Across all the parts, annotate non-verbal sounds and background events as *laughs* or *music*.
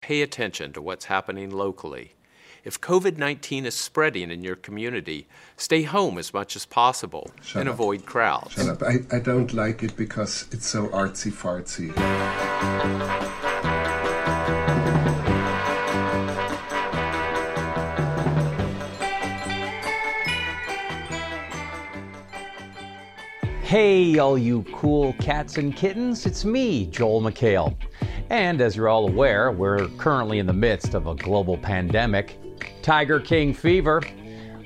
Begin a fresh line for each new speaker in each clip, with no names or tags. pay attention to what's happening locally. If COVID 19 is spreading in your community, stay home as much as possible
Shut
and
up.
avoid crowds.
Shut up. I, I don't like it because it's so artsy fartsy.
Hey, all you cool cats and kittens, it's me, Joel McHale. And as you're all aware, we're currently in the midst of a global pandemic, Tiger King fever.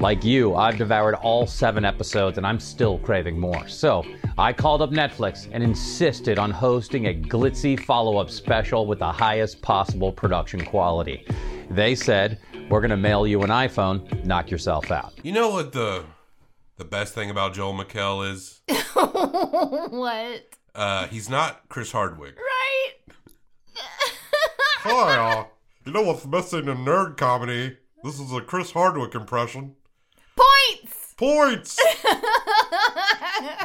Like you, I've devoured all seven episodes and I'm still craving more. So I called up Netflix and insisted on hosting a glitzy follow up special with the highest possible production quality. They said, We're going to mail you an iPhone, knock yourself out.
You know what the the best thing about Joel McHale is?
what?
Uh, he's not Chris Hardwick.
Right?
Hi, uh, you know what's missing in nerd comedy? This is a Chris Hardwick impression.
Points! *laughs*
Points!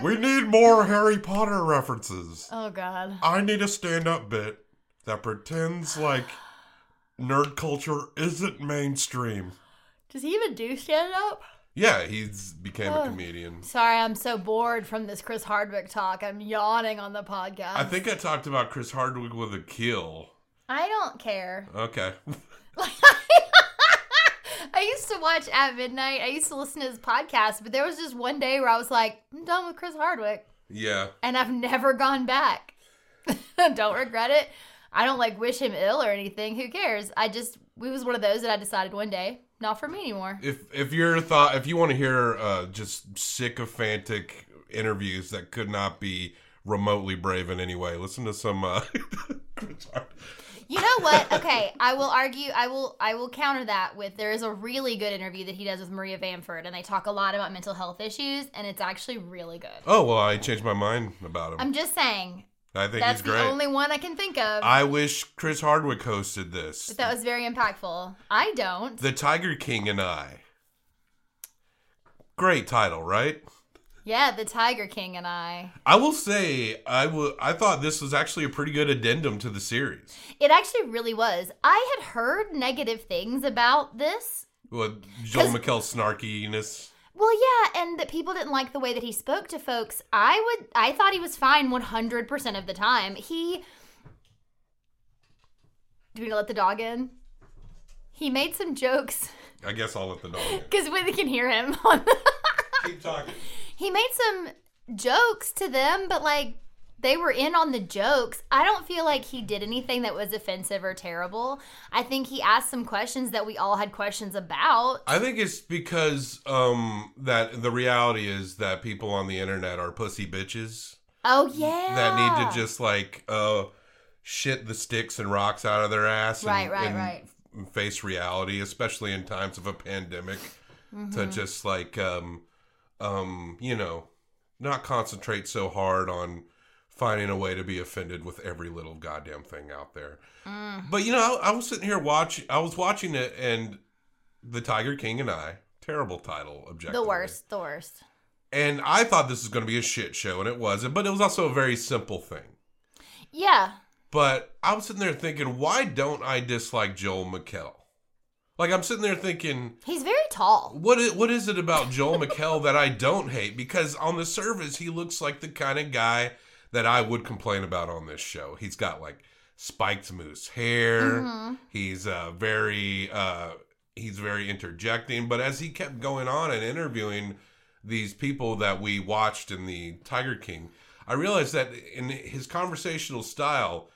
we need more Harry Potter references.
Oh, God.
I need a stand up bit that pretends like nerd culture isn't mainstream.
Does he even do stand up?
Yeah, he's became a
Ugh.
comedian.
Sorry, I'm so bored from this Chris Hardwick talk. I'm yawning on the podcast.
I think I talked about Chris Hardwick with a kill.
I don't care.
Okay. *laughs*
I used to watch At Midnight. I used to listen to his podcast, but there was just one day where I was like, I'm done with Chris Hardwick.
yeah.
And I've never gone back. *laughs* don't regret it. I don't like wish him ill or anything. Who cares? I just, we was one of those that I decided one day, not for me anymore.
If if you're thought if you want to hear uh, just sycophantic interviews that could not be remotely brave in any way, listen to some. Uh, *laughs* Chris Hard-
You know what? Okay, I will argue. I will. I will counter that with there is a really good interview that he does with Maria Bamford, and they talk a lot about mental health issues, and it's actually really good.
oh well, I changed my mind about him.
I'm just saying
I think
that's
he's
the
great.
only one I can think of.
I wish Chris Hardwick hosted this.
but that was very impactful. I don't.
the Tiger King and I. Great title, right?
yeah, the Tiger King and I.
I will say I will. I thought this was actually a pretty good addendum to the series.
It actually really was. I had heard negative things about this.
Well, Joel
'Cause-
McHale's snarkiness.
Well, yeah, and that people didn't like the way that he spoke to folks. I would. I thought he was fine 100% of the time. He. Do we let the dog in? He made some jokes *laughs*
I guess I'll let the dog in.
because we can hear him. *laughs* on the-
Keep talking.
he made some jokes to them, but like they were in on the jokes. I don't feel like he did anything that was offensive or terrible. I think he asked some questions that we all had questions about.
I think it's because um that the reality is that people on the internet are pussy bitches
Oh yeah,
that need to just like uh shit the sticks and rocks out of their ass and,
Right, right,
and
right.
f- face reality, especially in times of a pandemic
Mm-hmm.
to just like um um you know not concentrate so hard on finding a way to be offended with every little goddamn thing out there.
Mm.
But you know, I, I was sitting here watching I was watching it and The Tiger King and I, terrible title objectively.
the worst, the worst.
And I thought this was going to be a shit show and it wasn't, but it was also a very simple thing.
Yeah.
But I was sitting there thinking, why don't I dislike Joel McHale? Like I'm sitting there thinking,
He's very tall.
what is, what is it about Joel McHale that I don't hate? Because on the surface, he looks like the kind of guy that I would complain about on this show. He's got like spiked moose hair. He's uh, very uh, he's very interjecting. But as he kept going on and interviewing these people that we watched in the Tiger King, I realized that in his conversational style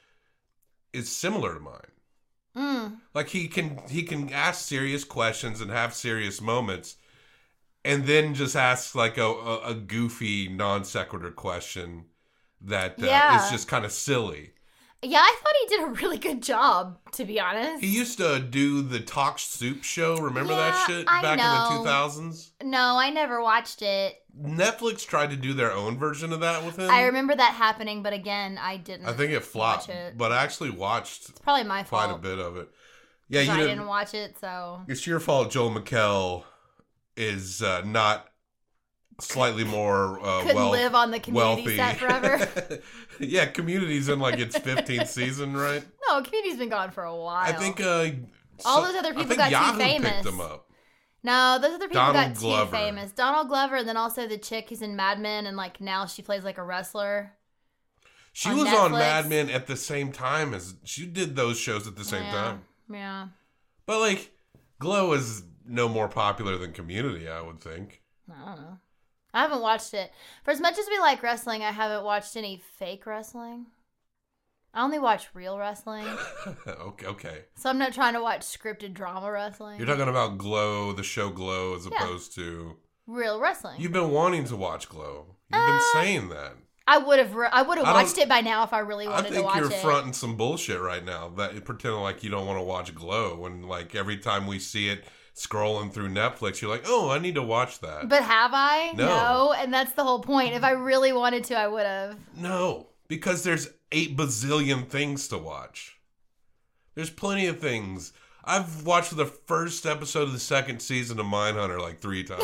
is similar to mine.
Mm.
Like he can he can ask serious questions and have serious moments, and then just ask like a a, a goofy non sequitur question that uh,
Yeah.
is just kind of silly.
Yeah, I thought he did a really good job, to be honest.
He used to do the talk soup show. Remember that
Yeah,
shit
I
back in
know.
the two thousands?
no, I never watched it.
Netflix tried to do their own version of that with him.
I remember that happening, but again, I didn't.
Um, I think it flopped,
Mm-hmm. watch it.
but I actually watched
it's probably my fault.
quite a bit of it. Yeah, you
I
didn't,
didn't watch it, so
It's your fault Joel McHale is uh, not slightly more uh,
Couldn't
wealth-
live on the community
wealthy.
set forever.
*laughs* yeah, community's in like its 15th season, right?
no, community's been gone for a while.
I think uh,
All
so-
those other
I
people
think
got too
Yahoo
famous.
Picked them up.
No, those other people
Donald
got
Glover.
too famous. Donald Glover, and then also the chick who's in Mad Men, and like now she plays like a wrestler.
She
On
was on
Netflix.
Mad Men at the same time as she did those shows at the same
yeah.
time.
Yeah.
But like, Glow is no more popular than Community, I would think. *laughs*
I don't know. I haven't watched it. For as much as we like wrestling, I haven't watched any fake wrestling. I only watch real wrestling,
*laughs* okay, okay.
so I'm not trying to watch scripted drama wrestling.
You're talking about Glow, the show Glow, as
Yeah.
opposed to
real wrestling.
you've been wanting to watch Glow. You've been
Uh,
saying that.
I would have. Re- I would have
I don't-
watched it by now if I really
I
wanted to
think
watch
you're
it.
fronting some bullshit right now. That pretending like you don't want to watch Glow, when like every time we see it scrolling through Netflix, you're like, oh, I need to watch that.
But have I?
No.
and that's the whole point. If I really wanted to, I would have.
No, because there's eight bazillion things to watch. There's plenty of things. I've watched the first episode of the second season of Mindhunter like three
*laughs*
times.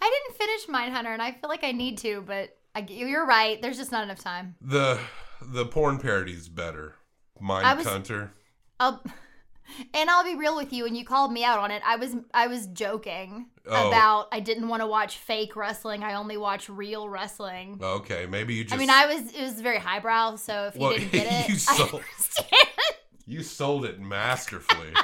I didn't finish Mindhunter, and I feel like I need to, but I, you're right. There's just not enough time.
the the porn parody's better.
I was-
Mindhunter.
I'll, *laughs* and I'll be real with you. When you called me out on it, I was I was joking
Oh.
about I didn't want to watch fake wrestling. I only watch real wrestling.
Okay, maybe you just.
I mean, I was it was very highbrow, so if you
Well, *laughs*
didn't get it,
you
I
sold-
understand.
You sold it masterfully.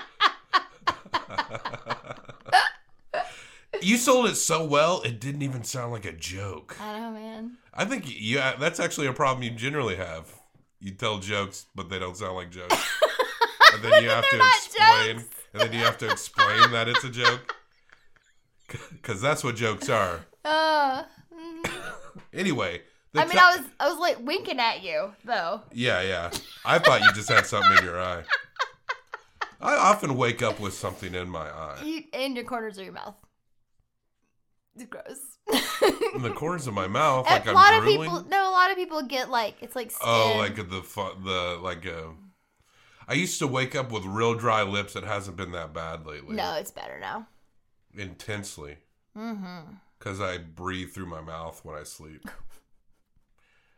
you sold it so well, it didn't even sound like a joke.
I know, man.
I think yeah, that's actually a problem you generally have. You tell jokes, but they don't sound like jokes, and
*laughs*
then you have to
not
explain,
jokes.
and then you have to explain that it's a joke, because that's what jokes are.
Uh,
Anyway, the
I mean,
to-
I was I was like winking at you though.
yeah, yeah. I thought you just had something in your eye. I often wake up with something in my eye,
You and your corners of your mouth. It's gross. *laughs*
in the corners of my mouth, like
a lot
I'm
of
drooling.
people no, a lot of people get like it's like skin.
Oh, like the fu- the like uh, I used to wake up with real dry lips. It hasn't been that bad lately.
no, it's better now.
Intensely,
Mm-hmm.
because I breathe through my mouth when I sleep,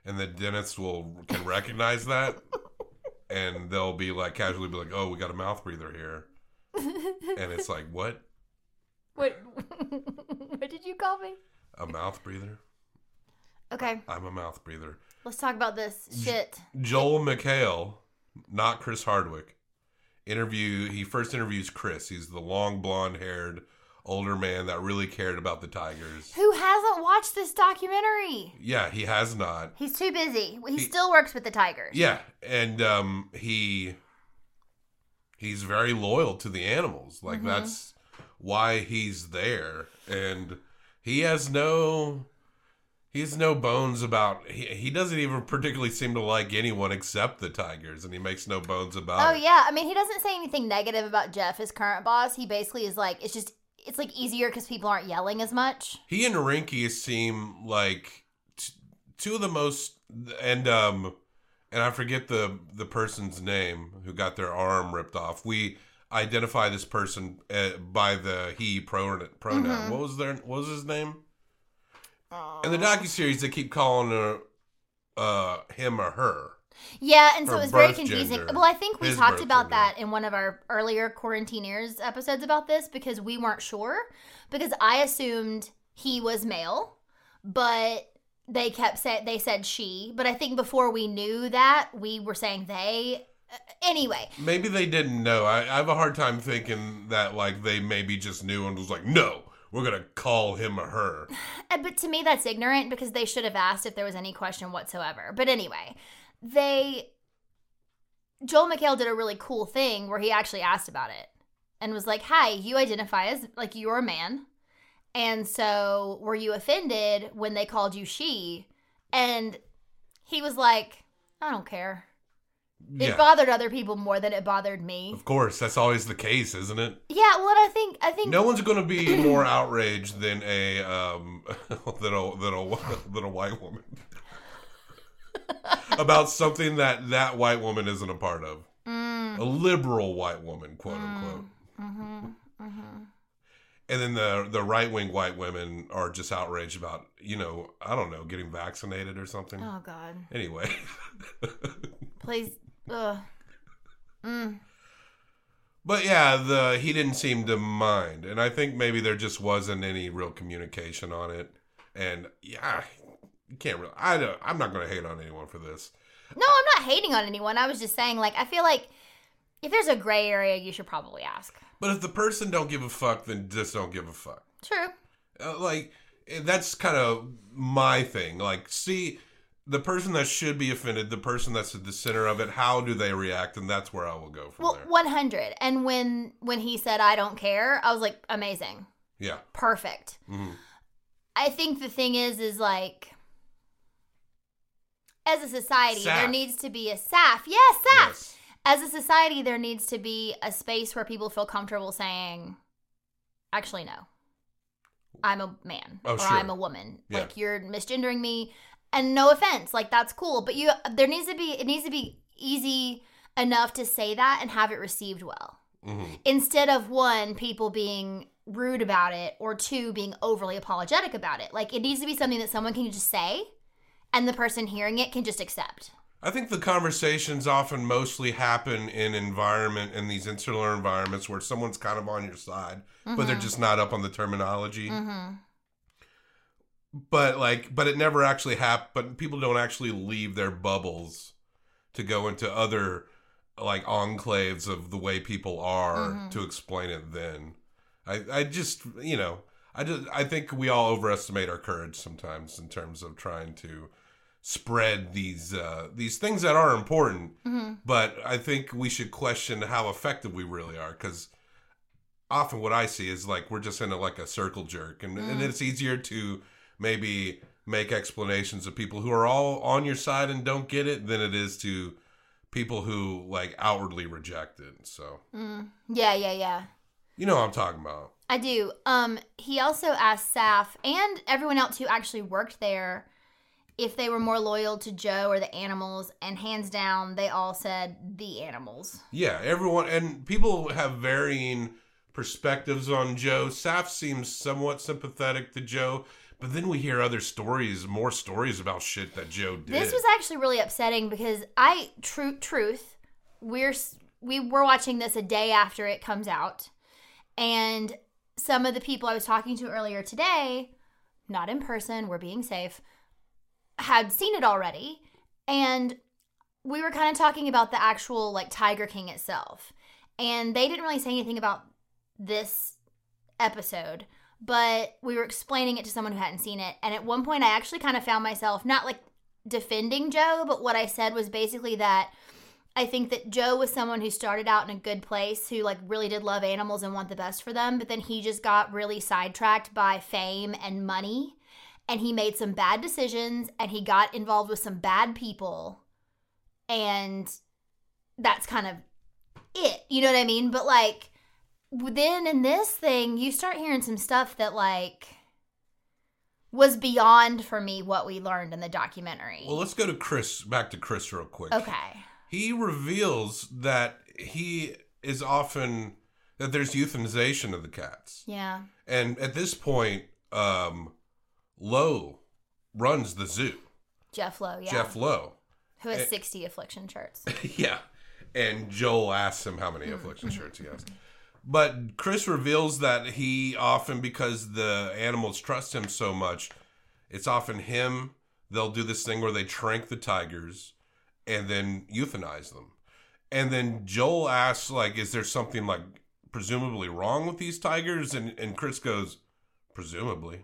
and the dentist will can recognize that, and they'll be like casually be like, "Oh, we got a mouth breather here," and it's like, "What?
What? *laughs* what did you call me?
A mouth breather?
Okay,
I'm a mouth breather."
let's talk about this shit.
Joel McHale, not Chris Hardwick, interview. He first interviews Chris. He's the long blonde haired older man that really cared about the Tigers.
Who hasn't watched this documentary?
Yeah, he has not.
He's too busy. He,
He-
still works with the Tigers.
Yeah, and um, he he's very loyal to the animals. Like
Mm-hmm.
that's why he's there, and he has no he has no bones about. He, he doesn't even particularly seem to like anyone except the Tigers, and he makes no bones about.
Oh
it.
yeah. I mean, he doesn't say anything negative about Jeff, his current boss. He basically is like, it's just, it's like easier because people aren't yelling as much.
He and Rinky seem like t- two of the most and um and I forget the the person's name who got their arm ripped off. We identify this person uh, by the he pronoun. pronoun. What was their what was his name? In the docu series, they keep calling her uh him or her.
Yeah, and so
Or
it was very
birth
confusing.
gender.
Well, I think we
His
talked
birth
about
gender.
that in one of our earlier quarantineers episodes about this because we weren't sure because I assumed he was male, but they kept saying they said she. But I think before we knew that, we were saying they. Uh, Anyway,
Maybe they didn't know. I, I have a hard time thinking that like they maybe just knew and was like, no, we're gonna call him or her.
Uh, but to me that's ignorant because they should have asked if there was any question whatsoever. But anyway, they Joel McHale did a really cool thing where he actually asked about it and was like, "Hi, you identify as like you're a man, and so were you offended when they called you she?" And he was like, "I don't care. It
Yeah.
bothered other people more than it bothered me."
Of course, that's always the case, isn't it?
Yeah, well, I think I think
No one's going to be more outraged than a um *laughs* than a than a than a white woman *laughs* about something that that white woman isn't a part of. A liberal white woman, quote unquote. And then the the right wing white women are just outraged about you know I don't know getting vaccinated or something.
Oh God.
Anyway, *laughs*
Please. Ugh. Mm.
but yeah, the he didn't seem to mind, and I think maybe there just wasn't any real communication on it. And yeah, you can't really. I don't. I'm not going to hate on anyone for this.
No, I'm not hating on anyone. I was just saying, like, I feel like if there's a gray area, you should probably ask.
But if the person don't give a fuck, then just don't give a fuck.
True.
Uh, like eh, that's kind of my thing. Like, see the person that should be offended, the person that's at the center of it. How do they react? And that's where I will go from
Well,
there.
100. And when when he said I don't care, I was like, amazing,
Yeah.
perfect.
hmm
I think the thing is, is like, as a society, there
Saf.
needs to be a SAF. Yes, SAF.
Yes.
As a society, there needs to be a space where people feel comfortable saying, actually, no. I'm a man
Oh,
or
sure.
I'm a woman.
Yeah.
Like you're misgendering me and no offense, like that's cool, but you there needs to be it needs to be easy enough to say that and have it received well.
hmm
Instead of one people being rude about it or two being overly apologetic about it. Like it needs to be something that someone can just say and the person hearing it can just accept.
I think the conversations often mostly happen in environment in these insular environments where someone's kind of on your side, but they're just not up on the terminology.
Mhm.
But like, but it never actually hap But people don't actually leave their bubbles to go into other like enclaves of the way people are to explain it. Then I, I just you know, I just I think we all overestimate our courage sometimes in terms of trying to spread these uh, these things that are important. But I think we should question how effective we really are because often what I see is like we're just in a, like a circle jerk, and, and it's easier to maybe make explanations of people who are all on your side and don't get it than it is to people who like outwardly reject it. So
Mm. Yeah, yeah, yeah.
you know what I'm talking about.
I do. Um, he also asked Saf and everyone else who actually worked there if they were more loyal to Joe or the animals, and hands down, they all said the animals.
Yeah, everyone and people have varying perspectives on Joe. Saf seems somewhat sympathetic to Joe, but then we hear other stories, more stories about shit that Joe did.
This was actually really upsetting because I true truth, we're s- we were watching this a day after it comes out, and some of the people I was talking to earlier today, not in person, we're being safe, had seen it already, and we were kind of talking about the actual like Tiger King itself, and they didn't really say anything about this episode but we were explaining it to someone who hadn't seen it. And at one point, I actually kind of found myself not like defending Joe, but what I said was basically that I think that Joe was someone who started out in a good place, who like really did love animals and want the best for them, but then he just got really sidetracked by fame and money. And he made some bad decisions and he got involved with some bad people. And that's kind of it. You know what I mean? But like, then in this thing you start hearing some stuff that like was beyond for me what we learned in the documentary
Well, let's go to Chris. Back to Chris real quick.
okay
He reveals that he is often that there's euthanization of the cats,
yeah
and at this point, um, Lowe runs the zoo.
jeff lowe yeah
Jeff Lowe.
who has 60 affliction shirts
*laughs* yeah. And Joel asks him how many affliction shirts he has. But Chris reveals that he often, because the animals trust him so much, it's often him. They'll do this thing where they trank the tigers and then euthanize them. And then Joel asks, like, is there something like presumably wrong with these tigers? And and Chris goes, presumably,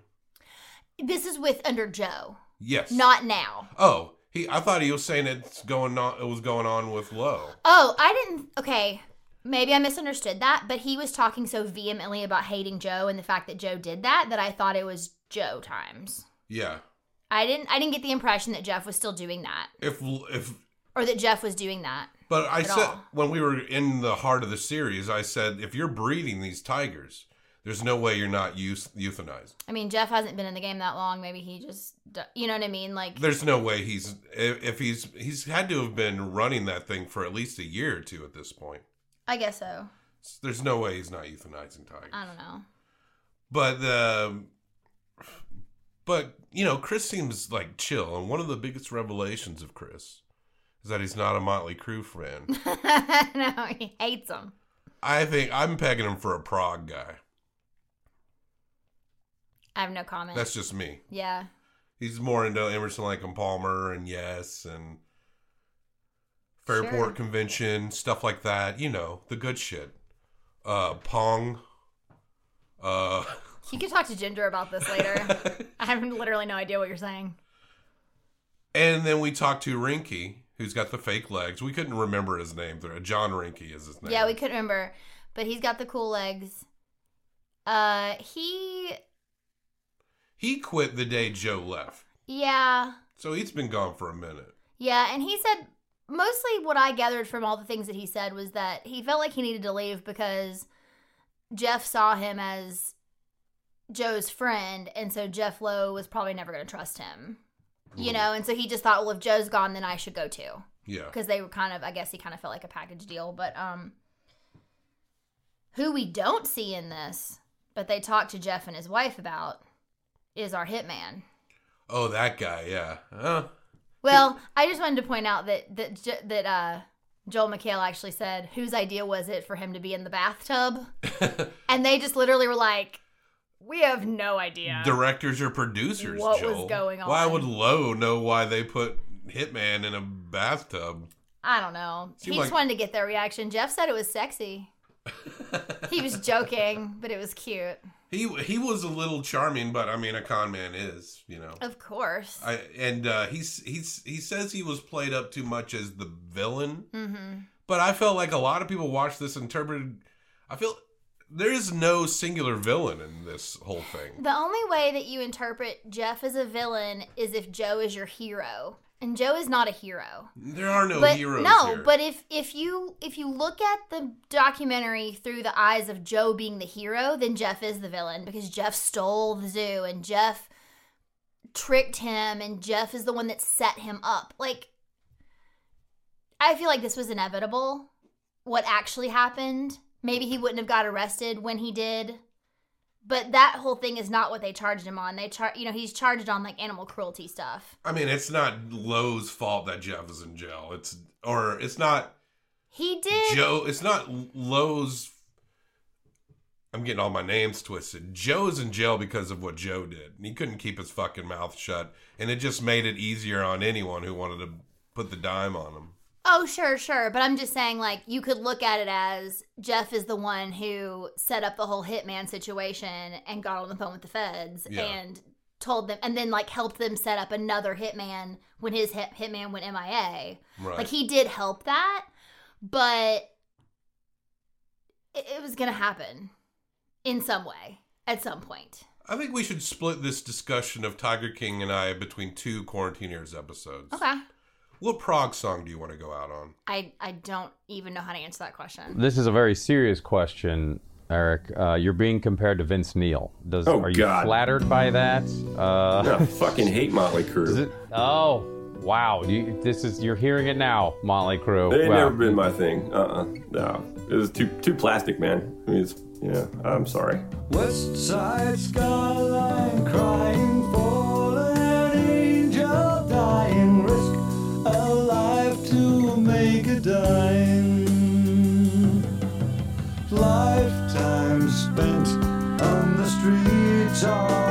this is with under joe
yes.
not now
Oh, he. I thought he was saying it's going on. It was going on with Lowe.
oh i didn't okay maybe i misunderstood that but he was talking so vehemently about hating joe and the fact that joe did that that i thought it was joe times
Yeah.
i didn't i didn't get the impression that jeff was still doing that
if if
or that jeff was doing that
but i
At
said
all.
when we were in the heart of the series i said if you're breeding these tigers there's no way you're not euth- euthanized
I mean, Jeff hasn't been in the game that long. Maybe he just, d- you know what I mean? Like,
there's no way he's if, if he's he's had to have been running that thing for at least a year or two at this point
I guess so.
there's no way he's not euthanizing tigers
I don't know.
But um but you know, Chris seems like chill, and one of the biggest revelations of Chris is that he's not a Motley Crue
*laughs*
fan.
no, he hates them.
I think I'm pegging him for a prog guy.
I have no comment.
That's just me.
yeah.
He's more into Emerson, Lake and Palmer, and Yes, and Fairport
Sure.
Convention stuff like that. You know, the good shit. Uh, Pong. Uh, *laughs*
You can talk to Ginger about this later. I have literally no idea what you're saying.
and then we talked to Rinky, who's got the fake legs. We couldn't remember his name. There, John Rinky is his name.
Yeah, we couldn't remember, but he's got the cool legs. Uh, he,
He quit the day Joe left,
yeah,
so he's been gone for a minute.
yeah, and he said mostly what I gathered from all the things that he said was that he felt like he needed to leave because Jeff saw him as Joe's friend, and so Jeff Lowe was probably never going to trust him, you know, and so he just thought, well, if Joe's gone, then I should go too.
Yeah.
because they were kind of i guess he kind of felt like a package deal but um who we don't see in this but they talked to jeff and his wife about is our hitman
Oh, that guy. Yeah. Uh,
well i just wanted to point out that that J- that uh joel McHale actually said whose idea was it for him to be in the bathtub and they just literally were like we have no idea
directors or producers.
What was
Joel.
going
Why
on?
would Lowe know why they put Hitman in a bathtub?
i don't know
Seemed
he just
like-
wanted to get their reaction jeff said it was sexy he was joking but it was cute
He he was a little charming, but I mean, a con man is, you know.
of course
I and uh, he's he's he says he was played up too much as the villain,
mm-hmm
but I felt like a lot of people watched this and interpreted. I feel there is no singular villain in this whole thing.
The only way that you interpret Jeff as a villain is if Joe is your hero. And Joe is not a hero.
There are no
but
heroes.
no,
here.
but if if you if you look at the documentary through the eyes of Joe being the hero, then Jeff is the villain because Jeff stole the zoo and Jeff tricked him and Jeff is the one that set him up. Like I feel like this was inevitable what actually happened. Maybe he wouldn't have got arrested when he did. But that whole thing is not what they charged him on. They char- you know, he's charged on like animal cruelty stuff.
I mean, it's not Lowe's fault that Jeff is in jail. It's or it's not
He did
Joe. It's not Lowe's. I'm getting all my names twisted. Joe's in jail because of what Joe did. He couldn't keep his fucking mouth shut, and it just made it easier on anyone who wanted to put the dime on him.
Oh, sure, sure. But I'm just saying, like, you could look at it as Jeff is the one who set up the whole hitman situation and got on the phone with the feds
Yeah.
and told them, and then, like, helped them set up another hitman when his hit, hitman went MIA.
Right.
Like, he did help that, but it, it was going to happen in some way at some point.
I think we should split this discussion of Tiger King and I between two Quarantineers episodes.
Okay.
What prog song do you want to go out on?
I, I don't even know how to answer that question.
This is a very serious question, Eric. Uh, you're being compared to Vince Neil. Does
Oh,
are you
God.
flattered by that? Uh,
I fucking hate Motley
is
Crue.
it? *laughs* Oh, wow. You, this is you're hearing it now, Motley Crue.
They ain't
Wow.
never been my thing. Uh-uh. No. It was too too plastic, man. I mean, it's, yeah, I'm sorry.
West Side skyline crying for an angel dying, risk a life to make a dime. Lifetime spent on the streets of